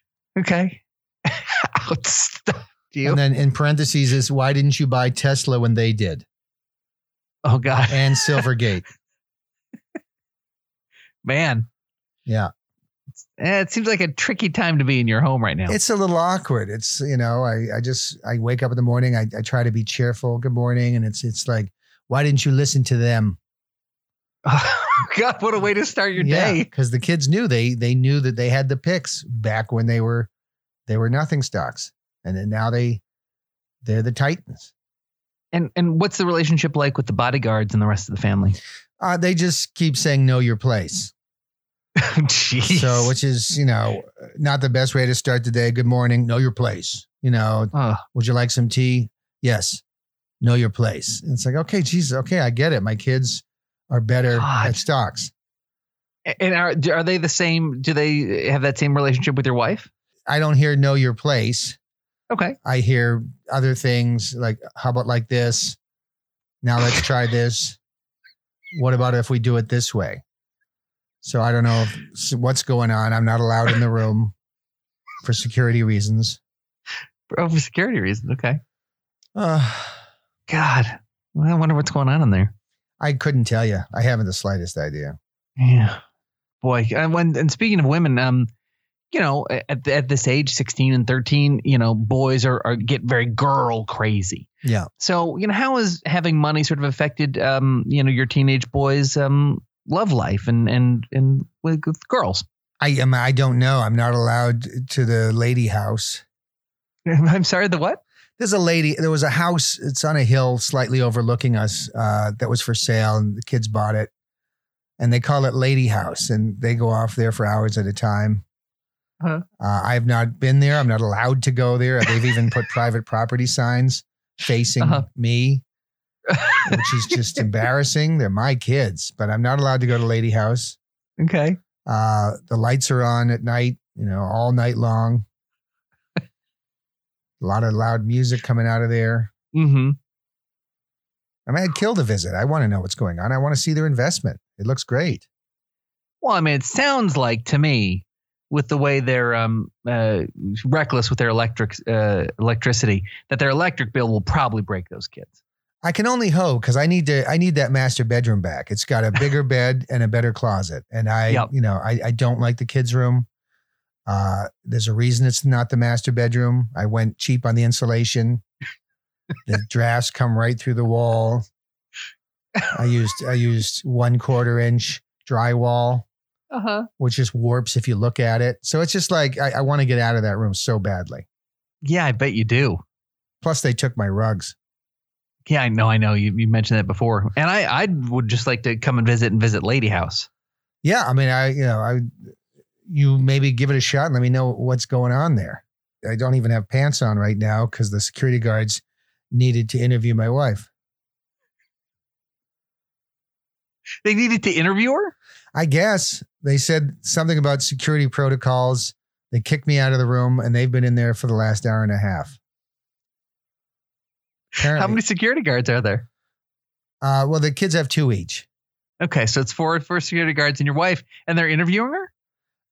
[SPEAKER 2] [laughs] Okay. Outstop you.
[SPEAKER 1] And then in parentheses is why didn't you buy Tesla when they did?
[SPEAKER 2] oh God, [laughs]
[SPEAKER 1] And Silvergate.
[SPEAKER 2] man.
[SPEAKER 1] Yeah.
[SPEAKER 2] Eh, it seems like a tricky time to be in your home right now.
[SPEAKER 1] It's a little awkward. It's you know, I, I just I wake up in the morning, I, I try to be cheerful, good morning, and it's it's like, why didn't you listen to them?
[SPEAKER 2] [laughs] oh God, what a way to start your day.
[SPEAKER 1] Because the kids knew they they knew that they had the picks back when they were they were nothing stocks. And then now they they're the Titans.
[SPEAKER 2] And and what's the relationship like with the bodyguards and the rest of the family? [laughs]
[SPEAKER 1] Uh, they just keep saying know your place.
[SPEAKER 2] Jeez.
[SPEAKER 1] So which is, you know, not the best way to start the day. Good morning, know your place. You know,
[SPEAKER 2] Oh,
[SPEAKER 1] Would you like some tea? Yes. Know your place. And it's like, okay, Jesus, okay, I get it. My kids are better
[SPEAKER 2] God.
[SPEAKER 1] at stocks.
[SPEAKER 2] and are do- are they the same? Do they have that same relationship with your wife?
[SPEAKER 1] I don't hear know your place.
[SPEAKER 2] Okay.
[SPEAKER 1] I hear other things like, how about like this? Now let's
[SPEAKER 2] [laughs]
[SPEAKER 1] try this. What about if we do it this way? So I don't know if, so what's going on. I'm not allowed in the room for security
[SPEAKER 2] [sighs]
[SPEAKER 1] reasons. [sighs]
[SPEAKER 2] Oh, for security reasons. Okay.
[SPEAKER 1] Uh,
[SPEAKER 2] God, Well, I wonder what's going on in there.
[SPEAKER 1] I couldn't tell you. I haven't the slightest idea.
[SPEAKER 2] Yeah. Boy, and when and speaking of women, um, you know, at at this age, sixteen and thirteen, you know, boys are, are get very girl crazy.
[SPEAKER 1] Yeah.
[SPEAKER 2] So, you know, how has having money sort of affected, um, you know, your teenage boys' um, love life and and and with, with girls? [laughs]
[SPEAKER 1] I am. I don't know. I'm not allowed to the lady house.
[SPEAKER 2] I'm sorry, the what? [laughs]
[SPEAKER 1] There's a lady. There was a house. It's on a hill, slightly overlooking us. Uh, that was for sale, and the kids bought it. And they call it Lady House, and they go off there for hours at a time.
[SPEAKER 2] Uh-huh.
[SPEAKER 1] Uh, I've not been there. I'm not allowed to go there. They've even put private property signs facing
[SPEAKER 2] Uh-huh.
[SPEAKER 1] me, which is
[SPEAKER 2] [laughs]
[SPEAKER 1] just embarrassing. They're my kids, but I'm not allowed to go to Lady House.
[SPEAKER 2] okay.
[SPEAKER 1] Uh, the lights are on at night, you know, all night long. a lot of loud music coming out of there.
[SPEAKER 2] Mm-hmm.
[SPEAKER 1] I mean, I'd kill to visit. I want to know what's going on. I want to see their investment. It looks great.
[SPEAKER 2] Well, I mean, it sounds like to me, with the way they're um, uh, reckless with their electric uh, electricity, that their electric bill will probably break those kids.
[SPEAKER 1] I can only hope because I need to. I need that master bedroom back. It's got a bigger bed and a better closet, and I,
[SPEAKER 2] Yep.
[SPEAKER 1] you know, I, I don't like the kids' room. Uh, there's a reason it's not the master bedroom. I went cheap on the insulation. the drafts come right through the wall. I used I used one quarter inch drywall,
[SPEAKER 2] Uh huh.
[SPEAKER 1] which just warps if you look at it. So it's just like I, I want to get out of that room so badly.
[SPEAKER 2] Yeah, I bet you do.
[SPEAKER 1] Plus, they took my rugs.
[SPEAKER 2] Yeah, I know. I know. You, you mentioned that before, and I I would just like to come and visit and visit Lady House.
[SPEAKER 1] Yeah, I mean, I you know, I you maybe give it a shot and let me know what's going on there. I don't even have pants on right now because the security guards needed to interview my wife.
[SPEAKER 2] They needed to interview her.
[SPEAKER 1] I guess they said something about security protocols. They kicked me out of the room, and they've been in there for the last hour and a half.
[SPEAKER 2] How
[SPEAKER 1] Apparently,
[SPEAKER 2] many security guards are there?
[SPEAKER 1] uh, well, the kids have two each.
[SPEAKER 2] Okay, so it's four four security guards and your wife, and they're interviewing her.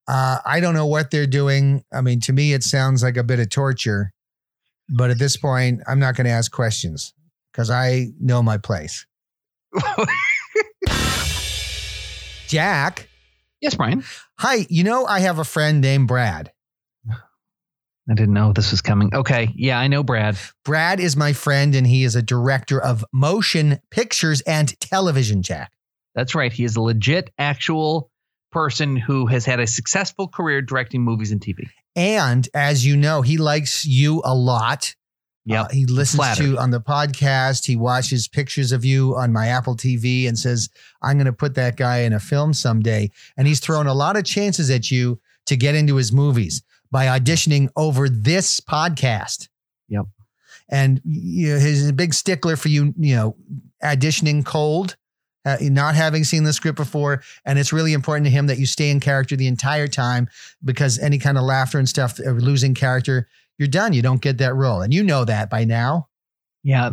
[SPEAKER 1] Uh, I don't know what they're doing. I mean, to me, it sounds like a bit of torture, but at this point, I'm not going to ask questions because I know my place.
[SPEAKER 2] [laughs]
[SPEAKER 1] Jack,
[SPEAKER 2] yes, Brian.
[SPEAKER 1] hi. You know, I have a friend named Brad.
[SPEAKER 2] I didn't know this was coming. Okay, yeah, I know Brad.
[SPEAKER 1] Brad is my friend, and he is a director of motion pictures and television, Jack.
[SPEAKER 2] That's right. He is a legit, actual person who has had a successful career directing movies and TV.
[SPEAKER 1] And as you know, he likes you a lot.
[SPEAKER 2] Yep.
[SPEAKER 1] Uh, he listens to
[SPEAKER 2] Flattered.
[SPEAKER 1] you on the podcast. He watches pictures of you on my Apple TV and says, I'm going to put that guy in a film someday. And he's thrown a lot of chances at you to get into his movies by auditioning over this podcast.
[SPEAKER 2] Yep.
[SPEAKER 1] And you know, he's a big stickler for you, you know, auditioning cold, uh, not having seen the script before. And it's really important to him that you stay in character the entire time because any kind of laughter and stuff, uh, losing character, you're done. You don't get that role. And you know that by now.
[SPEAKER 2] Yeah.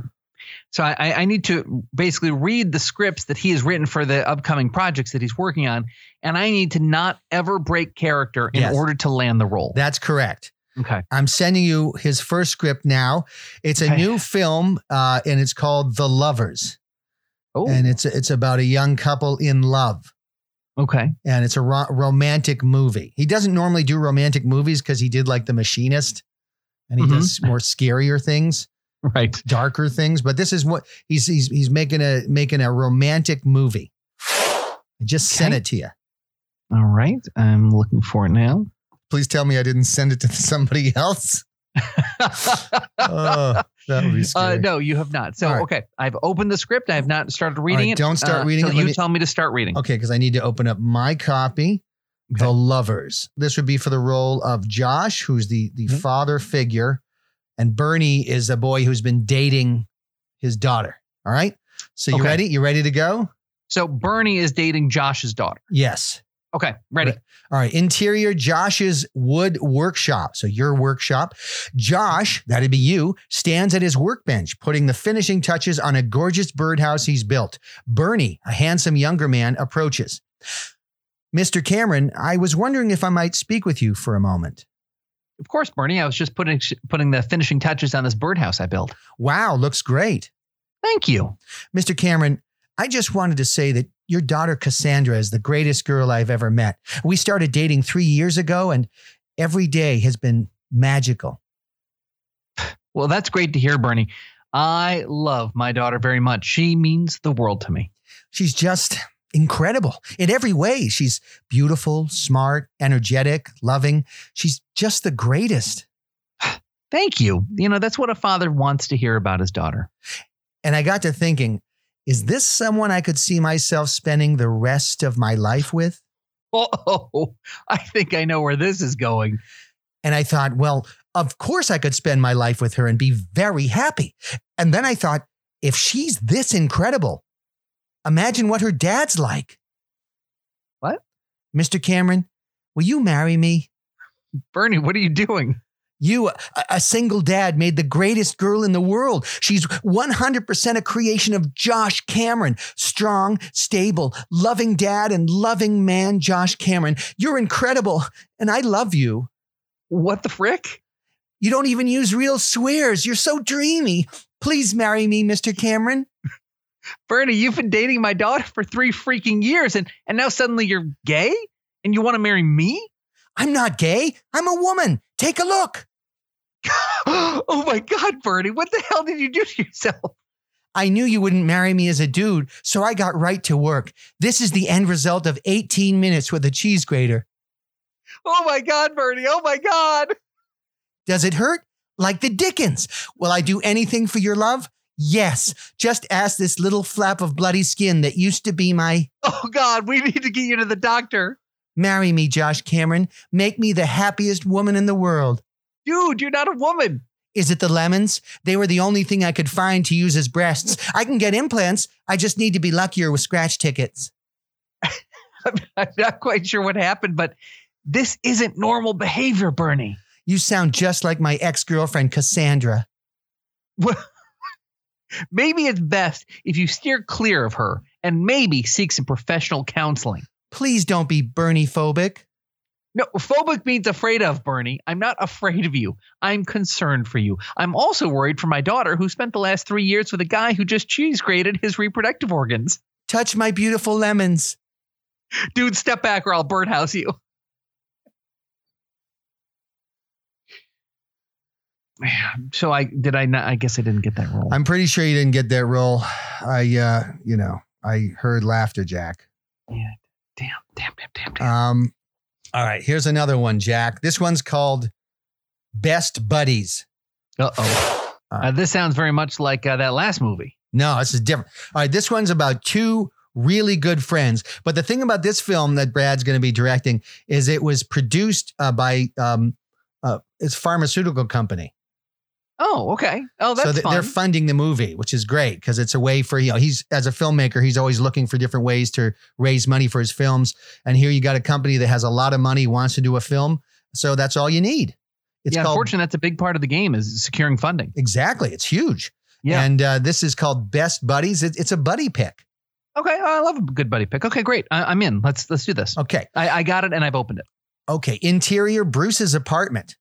[SPEAKER 2] So I, I- I need to basically read the scripts that he has written for the upcoming projects that he's working on, and I need to not ever break character in
[SPEAKER 1] Yes.
[SPEAKER 2] order to land the role.
[SPEAKER 1] That's correct.
[SPEAKER 2] okay.
[SPEAKER 1] I'm sending you his first script now. It's a
[SPEAKER 2] Okay.
[SPEAKER 1] new film, uh, and it's called The Lovers,
[SPEAKER 2] Oh.
[SPEAKER 1] and it's it's about a young couple in love,
[SPEAKER 2] okay.
[SPEAKER 1] and it's a ro- romantic movie. He doesn't normally do romantic movies because he did like The Machinist, and he
[SPEAKER 2] Mhm.
[SPEAKER 1] does more scarier things,
[SPEAKER 2] Right.
[SPEAKER 1] darker things. But this is what he's he's he's making a making a romantic movie. I just sent
[SPEAKER 2] Okay.
[SPEAKER 1] it to you.
[SPEAKER 2] All right. I'm looking for
[SPEAKER 1] [laughs]
[SPEAKER 2] it now.
[SPEAKER 1] Please tell me I didn't send it to [laughs] somebody else. Oh, that would be
[SPEAKER 2] [laughs] uh,
[SPEAKER 1] scary.
[SPEAKER 2] no, you have not. So
[SPEAKER 1] All right.
[SPEAKER 2] okay, I've opened the script. I have not started reading
[SPEAKER 1] right,
[SPEAKER 2] it.
[SPEAKER 1] don't start reading
[SPEAKER 2] till
[SPEAKER 1] it. Let
[SPEAKER 2] You
[SPEAKER 1] me-
[SPEAKER 2] tell me to start reading.
[SPEAKER 1] Okay, because I need to open up my copy. The
[SPEAKER 2] Okay.
[SPEAKER 1] lovers. This would be for the role of Josh, who's the the
[SPEAKER 2] Mhm.
[SPEAKER 1] father figure, and Bernie is the boy who's been dating his daughter. All right. So you
[SPEAKER 2] Okay.
[SPEAKER 1] ready? You ready to go?
[SPEAKER 2] So Bernie is dating Josh's daughter.
[SPEAKER 1] Yes.
[SPEAKER 2] Okay, ready.
[SPEAKER 1] Right. All right. Interior Josh's wood workshop. So your workshop. Josh, that'd be you, stands at his workbench, putting the finishing touches on a gorgeous birdhouse he's built. Bernie, a handsome younger man, approaches. Mr. Cameron, I was wondering if I might speak with you for a moment.
[SPEAKER 2] Of course, Bernie. I was just putting putting the finishing touches on this birdhouse I built.
[SPEAKER 1] Wow, looks great.
[SPEAKER 2] Thank you.
[SPEAKER 1] Mr. Cameron, I just wanted to say that your daughter Cassandra is the greatest girl I've ever met. We started dating three years ago, and every day has been magical.
[SPEAKER 2] Well, that's great to hear, Bernie. I love my daughter very much. She means the world to me.
[SPEAKER 1] She's just incredible in every way. She's beautiful, smart, energetic, loving. She's just the greatest.
[SPEAKER 2] Thank you. You know, that's what a father wants to hear about his daughter. [laughs]
[SPEAKER 1] And I got to thinking, is this someone I could see myself spending the rest of my life with?
[SPEAKER 2] Oh, I think I know where this is going.
[SPEAKER 1] And I thought, well, of course I could spend my life with her and be very happy. And then I thought, if she's this incredible, imagine what her dad's like.
[SPEAKER 2] What?
[SPEAKER 1] Mr. Cameron, will you marry me?
[SPEAKER 2] Bernie, what are you doing?
[SPEAKER 1] You, a, a single dad, made the greatest girl in the world. She's 100% a creation of Josh Cameron. Strong, stable, loving dad and loving man, Josh Cameron. You're incredible, and I love you.
[SPEAKER 2] What the frick?
[SPEAKER 1] You don't even use real swears. You're so dreamy. Please marry me, Mr. Cameron.
[SPEAKER 2] Bernie, you've been dating my daughter for three freaking years and, and now suddenly you're gay and you want to marry me? [gasps]
[SPEAKER 1] I'm not gay. I'm a woman. Take a look.
[SPEAKER 2] oh my God, Bernie, what the hell did you do to yourself?
[SPEAKER 1] I knew you wouldn't marry me as a dude, so I got right to work. This is the end result of 18 minutes with a cheese grater.
[SPEAKER 2] Oh my God, Bernie, oh my God.
[SPEAKER 1] Does it hurt? Like the dickens. Will I do anything for your love? Yes. Just ask this little flap of bloody skin that used to be my.
[SPEAKER 2] Oh God, we need to get you to the doctor.
[SPEAKER 1] Marry me, Josh Cameron. Make me the happiest woman in the world.
[SPEAKER 2] Dude, you're not a woman. [laughs]
[SPEAKER 1] Is it the lemons? They were the only thing I could find to use as breasts. I can get implants. I just need to be luckier with scratch tickets.
[SPEAKER 2] I'm not quite sure what happened, but this isn't normal behavior, Bernie. [laughs]
[SPEAKER 1] You sound just like my ex girlfriend, Cassandra.
[SPEAKER 2] Maybe it's best if you steer clear of her and maybe seek some professional counseling.
[SPEAKER 1] Please don't be Bernie phobic.
[SPEAKER 2] No, phobic means afraid of, Bernie. I'm not afraid of you. I'm concerned for you. I'm also worried for my daughter who spent the last three years with a guy who just cheese grated his reproductive organs.
[SPEAKER 1] Touch my beautiful lemons.
[SPEAKER 2] Dude, step back or I'll birdhouse you. So I did I not I guess I didn't get that role.
[SPEAKER 1] I'm pretty sure you didn't get that role. I, uh, you know, I heard laughter, Jack.
[SPEAKER 2] Yeah. Damn, damn, damn, damn, damn.
[SPEAKER 1] Um, all right, here's another one, Jack. This one's called Best Buddies.
[SPEAKER 2] Uh-oh. Uh, this sounds very much like uh, that last movie.
[SPEAKER 1] No, this is different. All right, this one's about two really good friends. But the thing about this film that Brad's going to be directing is it was produced uh, by um, uh, it's a pharmaceutical company.
[SPEAKER 2] Oh, okay. Oh, that's
[SPEAKER 1] so th-
[SPEAKER 2] fun.
[SPEAKER 1] they're funding the movie, which is great because it's a way for you know he's as a filmmaker he's always looking for different ways to raise money for his films, and here you got a company that has a lot of money wants to do a film, so that's all you need. It's
[SPEAKER 2] yeah,
[SPEAKER 1] called
[SPEAKER 2] unfortunately, that's a big part of the game is securing funding.
[SPEAKER 1] exactly. It's huge,
[SPEAKER 2] Yeah.
[SPEAKER 1] and uh, this is called Best Buddies. It, it's a buddy pick.
[SPEAKER 2] okay, I love a good buddy pick. Okay, great. I, I'm in. Let's let's do this.
[SPEAKER 1] Okay,
[SPEAKER 2] I, I got it, and I've opened it.
[SPEAKER 1] Okay, interior Bruce's apartment.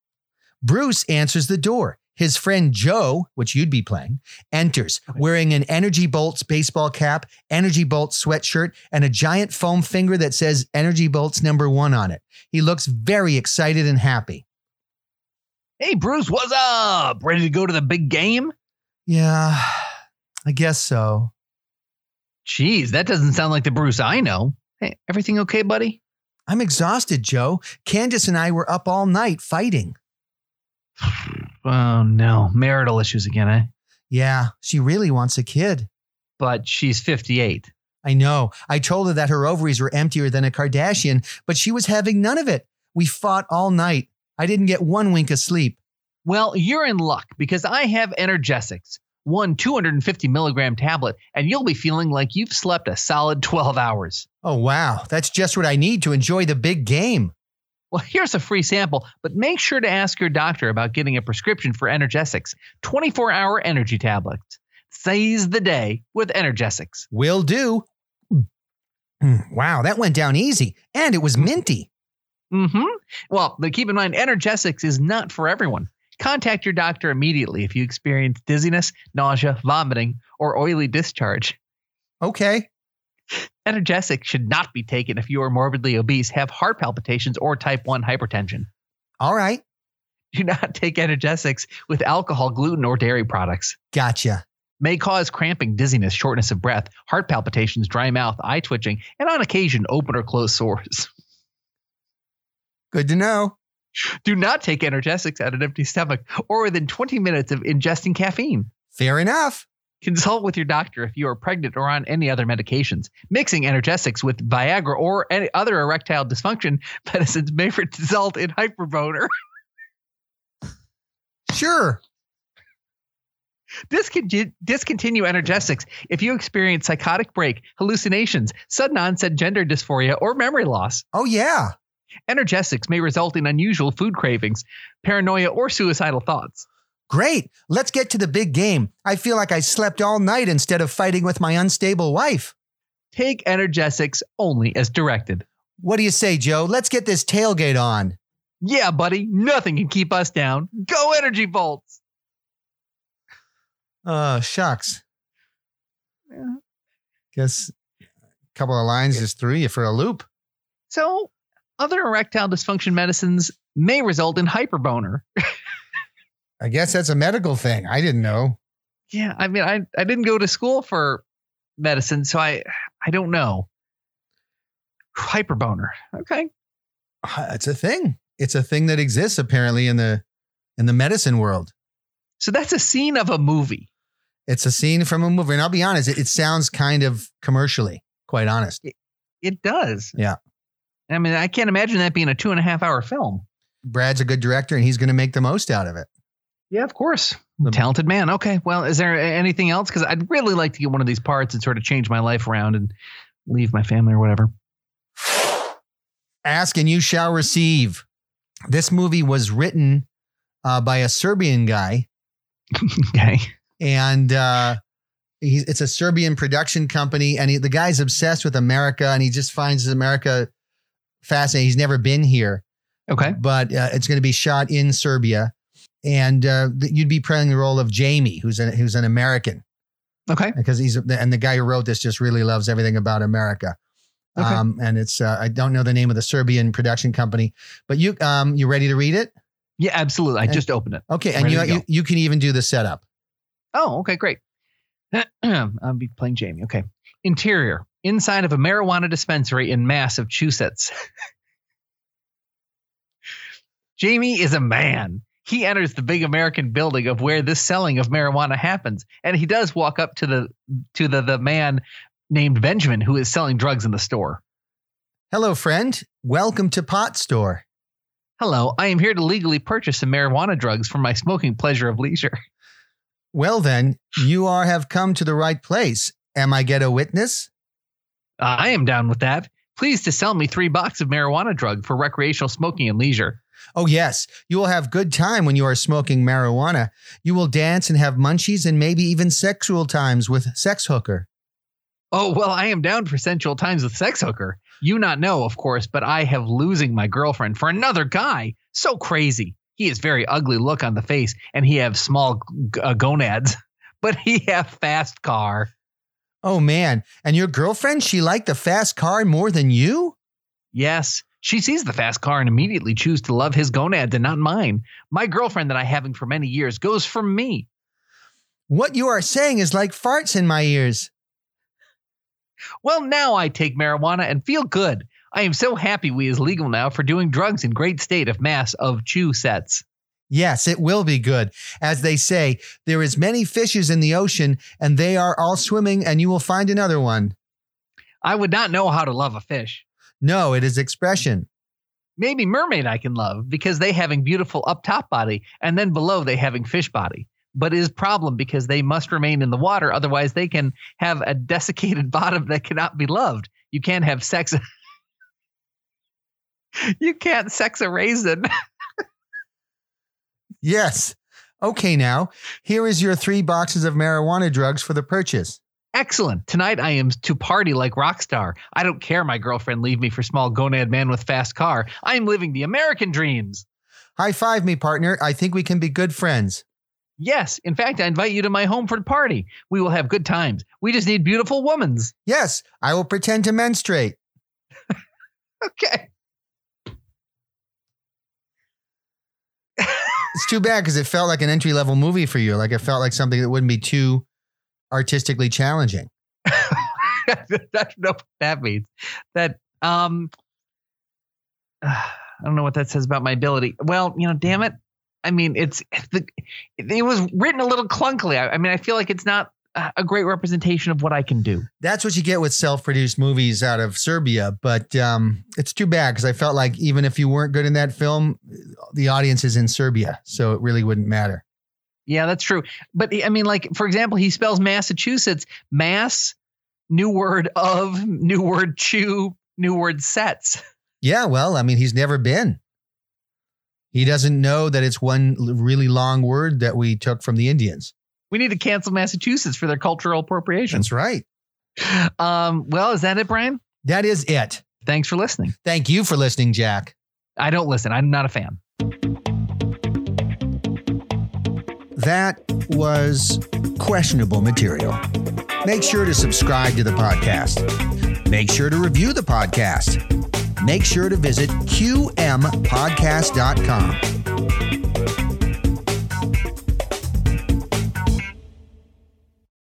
[SPEAKER 1] Bruce answers the door. His friend Joe, which you'd be playing, enters
[SPEAKER 2] Okay.
[SPEAKER 1] wearing an Energy Bolts baseball cap, Energy Bolts sweatshirt, and a giant foam finger that says Energy Bolts number one on it. He looks very excited and happy.
[SPEAKER 2] Hey, Bruce, what's up? Ready to go to the big game?
[SPEAKER 1] Yeah, I guess so.
[SPEAKER 2] Jeez, that doesn't sound like the Bruce I know. Hey, everything okay, buddy?
[SPEAKER 1] I'm exhausted, Joe. Candace and I were up all night fighting.
[SPEAKER 2] Oh no, marital issues again, eh?
[SPEAKER 1] Yeah, she really wants a kid.
[SPEAKER 2] But she's 58.
[SPEAKER 1] I know. I told her that her ovaries were emptier than a Kardashian, but she was having none of it. We fought all night. I didn't get one wink of sleep.
[SPEAKER 2] Well, you're in luck because I have Energesics, one 250 milligram tablet, and you'll be feeling like you've slept a solid 12 hours.
[SPEAKER 1] Oh, wow. That's just what I need to enjoy the big game.
[SPEAKER 2] Well, here's a free sample, but make sure to ask your doctor about getting a prescription for Energesics, 24 hour energy tablets. Seize the day with Energesics.
[SPEAKER 1] Will do. Mm, Wow, that went down easy. And it was minty.
[SPEAKER 2] Mm-hmm. Well, but keep in mind, Energesics is not for everyone. Contact your doctor immediately if you experience dizziness, nausea, vomiting, or oily discharge.
[SPEAKER 1] Okay.
[SPEAKER 2] Energesics should not be taken if you are morbidly obese, have heart palpitations, or type 1 hypertension.
[SPEAKER 1] All right.
[SPEAKER 2] Do not [laughs] take energesics with alcohol, gluten, or dairy products.
[SPEAKER 1] Gotcha.
[SPEAKER 2] May cause cramping, dizziness, shortness of breath, heart palpitations, dry mouth, eye twitching, and on occasion, open or closed sores. [laughs]
[SPEAKER 1] Good to know.
[SPEAKER 2] Do not take energesics at an empty stomach or within 20 minutes of ingesting caffeine.
[SPEAKER 1] Fair enough.
[SPEAKER 2] Consult with your doctor if you are pregnant or on any other medications. Mixing energetics with Viagra or any other erectile dysfunction [laughs] medicines may result in hyperboner.
[SPEAKER 1] Sure.
[SPEAKER 2] Discontinue, discontinue energetics if you experience psychotic break, hallucinations, sudden onset gender dysphoria, or memory loss.
[SPEAKER 1] Oh, yeah.
[SPEAKER 2] Energetics may result in unusual food cravings, paranoia, or suicidal thoughts.
[SPEAKER 1] Great. Let's get to the big game. I feel like I slept all night instead of fighting with my unstable wife.
[SPEAKER 2] Take energetics only as directed.
[SPEAKER 1] What do you say, Joe? Let's get this tailgate on.
[SPEAKER 2] Yeah, buddy, nothing can keep us down. Go energy bolts!
[SPEAKER 1] Oh, shucks.
[SPEAKER 2] Yeah.
[SPEAKER 1] Guess a couple of lines just threw you for a loop.
[SPEAKER 2] So, other erectile dysfunction medicines may result in hyperboner.
[SPEAKER 1] I guess that's a medical thing. I didn't know.
[SPEAKER 2] Yeah, I mean, I, I didn't go to school for medicine, so I I don't know. Hyperboner. Okay.
[SPEAKER 1] Uh, It's a thing. It's a thing that exists apparently in the in the medicine world.
[SPEAKER 2] So that's a scene of a movie.
[SPEAKER 1] It's a scene from a movie, and I'll be honest, it, it sounds kind of commercially. Quite honest.
[SPEAKER 2] It does.
[SPEAKER 1] Yeah.
[SPEAKER 2] I mean, I can't imagine that being a two and a half hour film.
[SPEAKER 1] Brad's a good director, and he's going to make the most out of it.
[SPEAKER 2] Yeah, of course.
[SPEAKER 1] The-
[SPEAKER 2] Talented man. Okay. Well, is there a- anything else? Because I'd really like to get one of these parts and sort of change my life around and leave my family or whatever. [laughs]
[SPEAKER 1] Ask and you shall receive. This movie was written uh, by a Serbian guy
[SPEAKER 2] okay.
[SPEAKER 1] and uh, he, it's a Serbian production company. And he, the guy's obsessed with America, and he just finds America fascinating. He's never been here,
[SPEAKER 2] Okay.
[SPEAKER 1] but uh, it's going to be shot in Serbia, and uh, th- you'd be playing the role of Jamie, who's an, who's an American,
[SPEAKER 2] Okay.
[SPEAKER 1] because he's and the guy who wrote this just really loves everything about America.
[SPEAKER 2] Okay.
[SPEAKER 1] Um, and it's uh, I don't know the name of the Serbian production company, but you um, you ready to read it?
[SPEAKER 2] Yeah, absolutely. I
[SPEAKER 1] And-
[SPEAKER 2] just opened it.
[SPEAKER 1] Okay, and
[SPEAKER 2] Ready
[SPEAKER 1] you,
[SPEAKER 2] to go.
[SPEAKER 1] you you can even do the setup.
[SPEAKER 2] [clears throat] Oh, okay, great. I'll be playing Jamie. Okay. Interior inside of a marijuana dispensary in Massachusetts. [laughs] Jamie is a man. He enters the big American building of where this selling of marijuana happens, and he does walk up to the to the the man named Benjamin who is selling drugs in the store.
[SPEAKER 1] Hello, friend. Welcome to Pot Store.
[SPEAKER 2] Hello, I am here to legally purchase some marijuana drugs for my smoking pleasure of leisure.
[SPEAKER 1] Well, then, you are have come to the right place. Am I get a witness?
[SPEAKER 2] Uh, I am down with that. Please to sell me three box of marijuana drug for recreational smoking and leisure.
[SPEAKER 1] Oh, yes. You will have good time when you are smoking marijuana. You will dance and have munchies and maybe even sexual times with sex hooker.
[SPEAKER 2] Oh well, I am down for sensual times with sex hooker. You not know, of course, but I have losing my girlfriend for another guy. So crazy. He is very ugly look on the face, and he have small g- uh, gonads, [laughs] but he have fast car.
[SPEAKER 1] Oh, man. And your girlfriend, she liked the fast car more than you?
[SPEAKER 2] Yes, she sees the fast car and immediately choose to love his gonads and not mine. My girlfriend that I having for many years goes for me.
[SPEAKER 1] What you are saying is like farts in my ears.
[SPEAKER 2] Well, now I take marijuana and feel good. I am so happy we is legal now for doing drugs in great state of mass of chew sets.
[SPEAKER 1] Yes, it will be good. As they say, there is many fishes in the ocean, and they are all swimming, and you will find another one.
[SPEAKER 2] I would not know how to love a fish.
[SPEAKER 1] No, it is expression.
[SPEAKER 2] Maybe mermaid I can love because they having beautiful up top body and then below they having fish body. But is problem because they must remain in the water otherwise they can have a desiccated [laughs] bottom that cannot be loved. You can't have sex. [laughs] you can't sex a raisin.
[SPEAKER 1] Yes. Okay, now, here is your three boxes of marijuana drugs for the purchase.
[SPEAKER 2] Excellent. Tonight I am to party like rock star. I don't care my girlfriend leave me for small gonad man with fast car. I am living the American dreams.
[SPEAKER 1] High five me, partner. I think we can be good friends.
[SPEAKER 2] Yes, in fact, I invite you to my home for the party. We will have good times. We just need beautiful womans. [laughs]
[SPEAKER 1] Yes, I will pretend to menstruate.
[SPEAKER 2] Okay. [laughs]
[SPEAKER 1] It's too bad because it felt like an entry level movie for you. Like it felt like something that wouldn't be too artistically challenging.
[SPEAKER 2] I don't know what that means. That um [sighs] I don't know what that says about my ability. Well, you know, damn it. I mean, it's the, it was written a little clunkily. I, I mean, I feel like it's not a a great representation of what I can do.
[SPEAKER 1] That's what you get with self produced movies out of Serbia. But um, it's too bad because I felt like even if you weren't good in that film, the audience is in Serbia. So it really wouldn't matter.
[SPEAKER 2] Yeah, that's true. But I mean, like for example, he spells Massachusetts mass, new word of, new word chew, new word sets.
[SPEAKER 1] Yeah, well, I mean, he's never been. He doesn't know that it's one l- really long word that we took from the Indians.
[SPEAKER 2] We need to cancel Massachusetts for their cultural appropriation.
[SPEAKER 1] That's right.
[SPEAKER 2] Um, well, is that it, Brian?
[SPEAKER 1] That is it.
[SPEAKER 2] Thanks for listening.
[SPEAKER 1] Thank you for listening, Jack.
[SPEAKER 2] I don't listen. I'm not a fan.
[SPEAKER 1] That was questionable material. Make sure to subscribe to the podcast. Make sure to review the podcast. Make sure to visit qmpodcast.com.